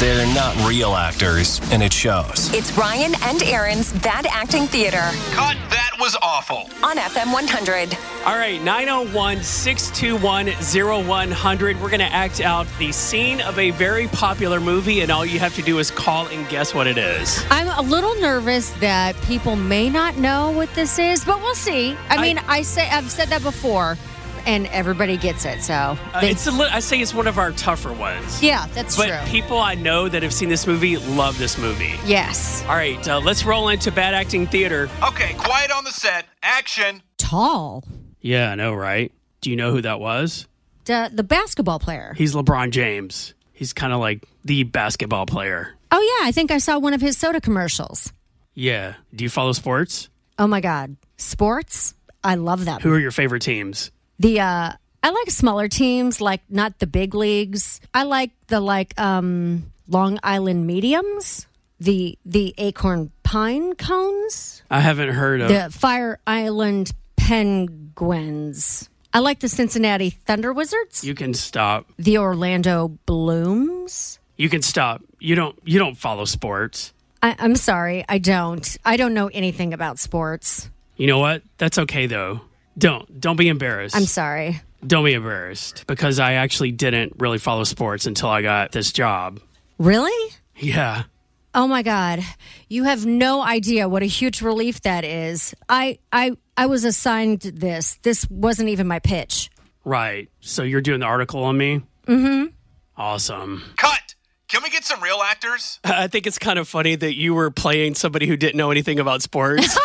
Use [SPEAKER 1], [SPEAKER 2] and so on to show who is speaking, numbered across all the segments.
[SPEAKER 1] They're not real actors, and it shows.
[SPEAKER 2] It's Ryan and Aaron's Bad Acting Theater
[SPEAKER 3] Cut, that was awful.
[SPEAKER 2] on FM 100.
[SPEAKER 4] All right, 901 621 0100. We're going to act out the scene of a very popular movie, and all you have to do is call and guess what it is.
[SPEAKER 5] I'm a little nervous that people may not know what this is, but we'll see. I, mean, I say I've said that before, and everybody gets it. So
[SPEAKER 4] Uh,
[SPEAKER 5] they-
[SPEAKER 4] it's a li- I say it's one of our tougher ones.
[SPEAKER 5] yeah, that's
[SPEAKER 4] but
[SPEAKER 5] true.
[SPEAKER 4] people I know that have seen this movie love this movie.
[SPEAKER 5] yes,
[SPEAKER 4] All right, uh, let's roll into Bad Acting Theater.
[SPEAKER 3] Okay, quiet on the set. Action.
[SPEAKER 5] tall.
[SPEAKER 4] Yeah, I know, right? Do you know who that was?
[SPEAKER 5] The, the basketball player.
[SPEAKER 4] He's LeBron James. He's kind of like the basketball player.
[SPEAKER 5] Oh yeah, I think I saw one of his soda commercials.
[SPEAKER 4] Yeah. Do you follow sports?
[SPEAKER 5] Oh my god, sports! I love that.
[SPEAKER 4] Who are your favorite teams?
[SPEAKER 5] The uh, I like smaller teams, like not the big leagues. I like the like um, Long Island mediums, the the acorn pine cones.
[SPEAKER 4] I haven't heard of.
[SPEAKER 5] the Fire Island Penguins. I like the Cincinnati Thunder Wizards,
[SPEAKER 4] You can stop.
[SPEAKER 5] the Orlando Blooms.
[SPEAKER 4] You can stop. You don't you don't follow sports.
[SPEAKER 5] I, I'm sorry, I don't. I don't know anything about sports.
[SPEAKER 4] You know what? That's okay though. Don't don't be embarrassed.
[SPEAKER 5] I'm sorry.
[SPEAKER 4] Don't be embarrassed because I actually didn't really follow sports until I got this job.
[SPEAKER 5] Really?
[SPEAKER 4] Yeah.
[SPEAKER 5] Oh my God, you have no idea what a huge relief that is. I I I was assigned this. This wasn't even my pitch.
[SPEAKER 4] Right. So you're doing the article on me? Mm-hmm. Awesome.
[SPEAKER 3] Cut. Can we get some real actors?
[SPEAKER 4] I think it's kind of funny that you were playing somebody who didn't know anything about sports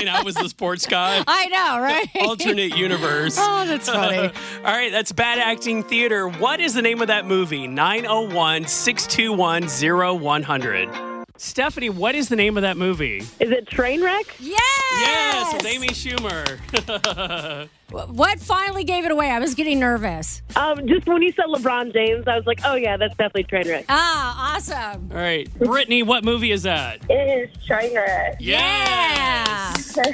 [SPEAKER 4] and I was the sports guy.
[SPEAKER 5] I know, right?
[SPEAKER 4] Alternate universe.
[SPEAKER 5] oh, that's funny.
[SPEAKER 4] All right, that's Bad Acting Theater. What is the name of that movie? 901 621 0100. Stephanie, what is the name of that movie?
[SPEAKER 6] Is it Trainwreck?
[SPEAKER 5] Yes.
[SPEAKER 4] Yes, with Amy Schumer.
[SPEAKER 5] What finally gave it away? I was getting nervous.
[SPEAKER 6] Um, just when you said LeBron James, I was like, oh yeah, that's definitely Trainwreck.
[SPEAKER 5] Ah, awesome.
[SPEAKER 4] All right, Brittany, what movie is that?
[SPEAKER 7] It is Trainwreck.
[SPEAKER 4] Yes.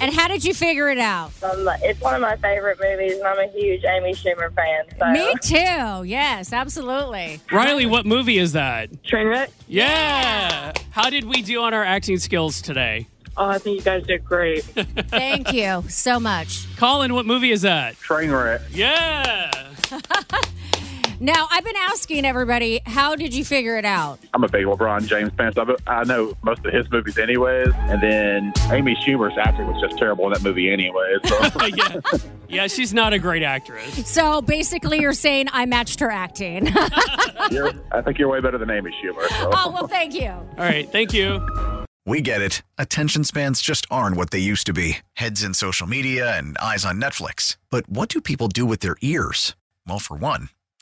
[SPEAKER 5] And how did you figure it out?
[SPEAKER 7] Um, it's one of my favorite movies, and I'm a huge Amy Schumer fan. So.
[SPEAKER 5] Me too. Yes, absolutely.
[SPEAKER 4] Riley, what movie is that?
[SPEAKER 6] Trainwreck?
[SPEAKER 4] Yeah. How did we do on our acting skills today?
[SPEAKER 6] Oh, I think you guys did great.
[SPEAKER 5] Thank you so much.
[SPEAKER 4] Colin, what movie is that?
[SPEAKER 8] train wreck.
[SPEAKER 4] Yeah.
[SPEAKER 5] Now, I've been asking everybody, how did you figure it out?
[SPEAKER 8] I'm a big LeBron James fan, so I'm- I know most of his movies, anyways. And then Amy Schumer's acting was just terrible in that movie, anyways. So.
[SPEAKER 4] yeah. Yeah, she's not a great actress.
[SPEAKER 5] So basically, you're saying I matched her acting.
[SPEAKER 8] you're, I think you're way better than Amy Schumer. So.
[SPEAKER 5] oh, well, thank you.
[SPEAKER 4] All right, thank you.
[SPEAKER 9] We get it. Attention spans just aren't what they used to be heads in social media and eyes on Netflix. But what do people do with their ears? Well, for one,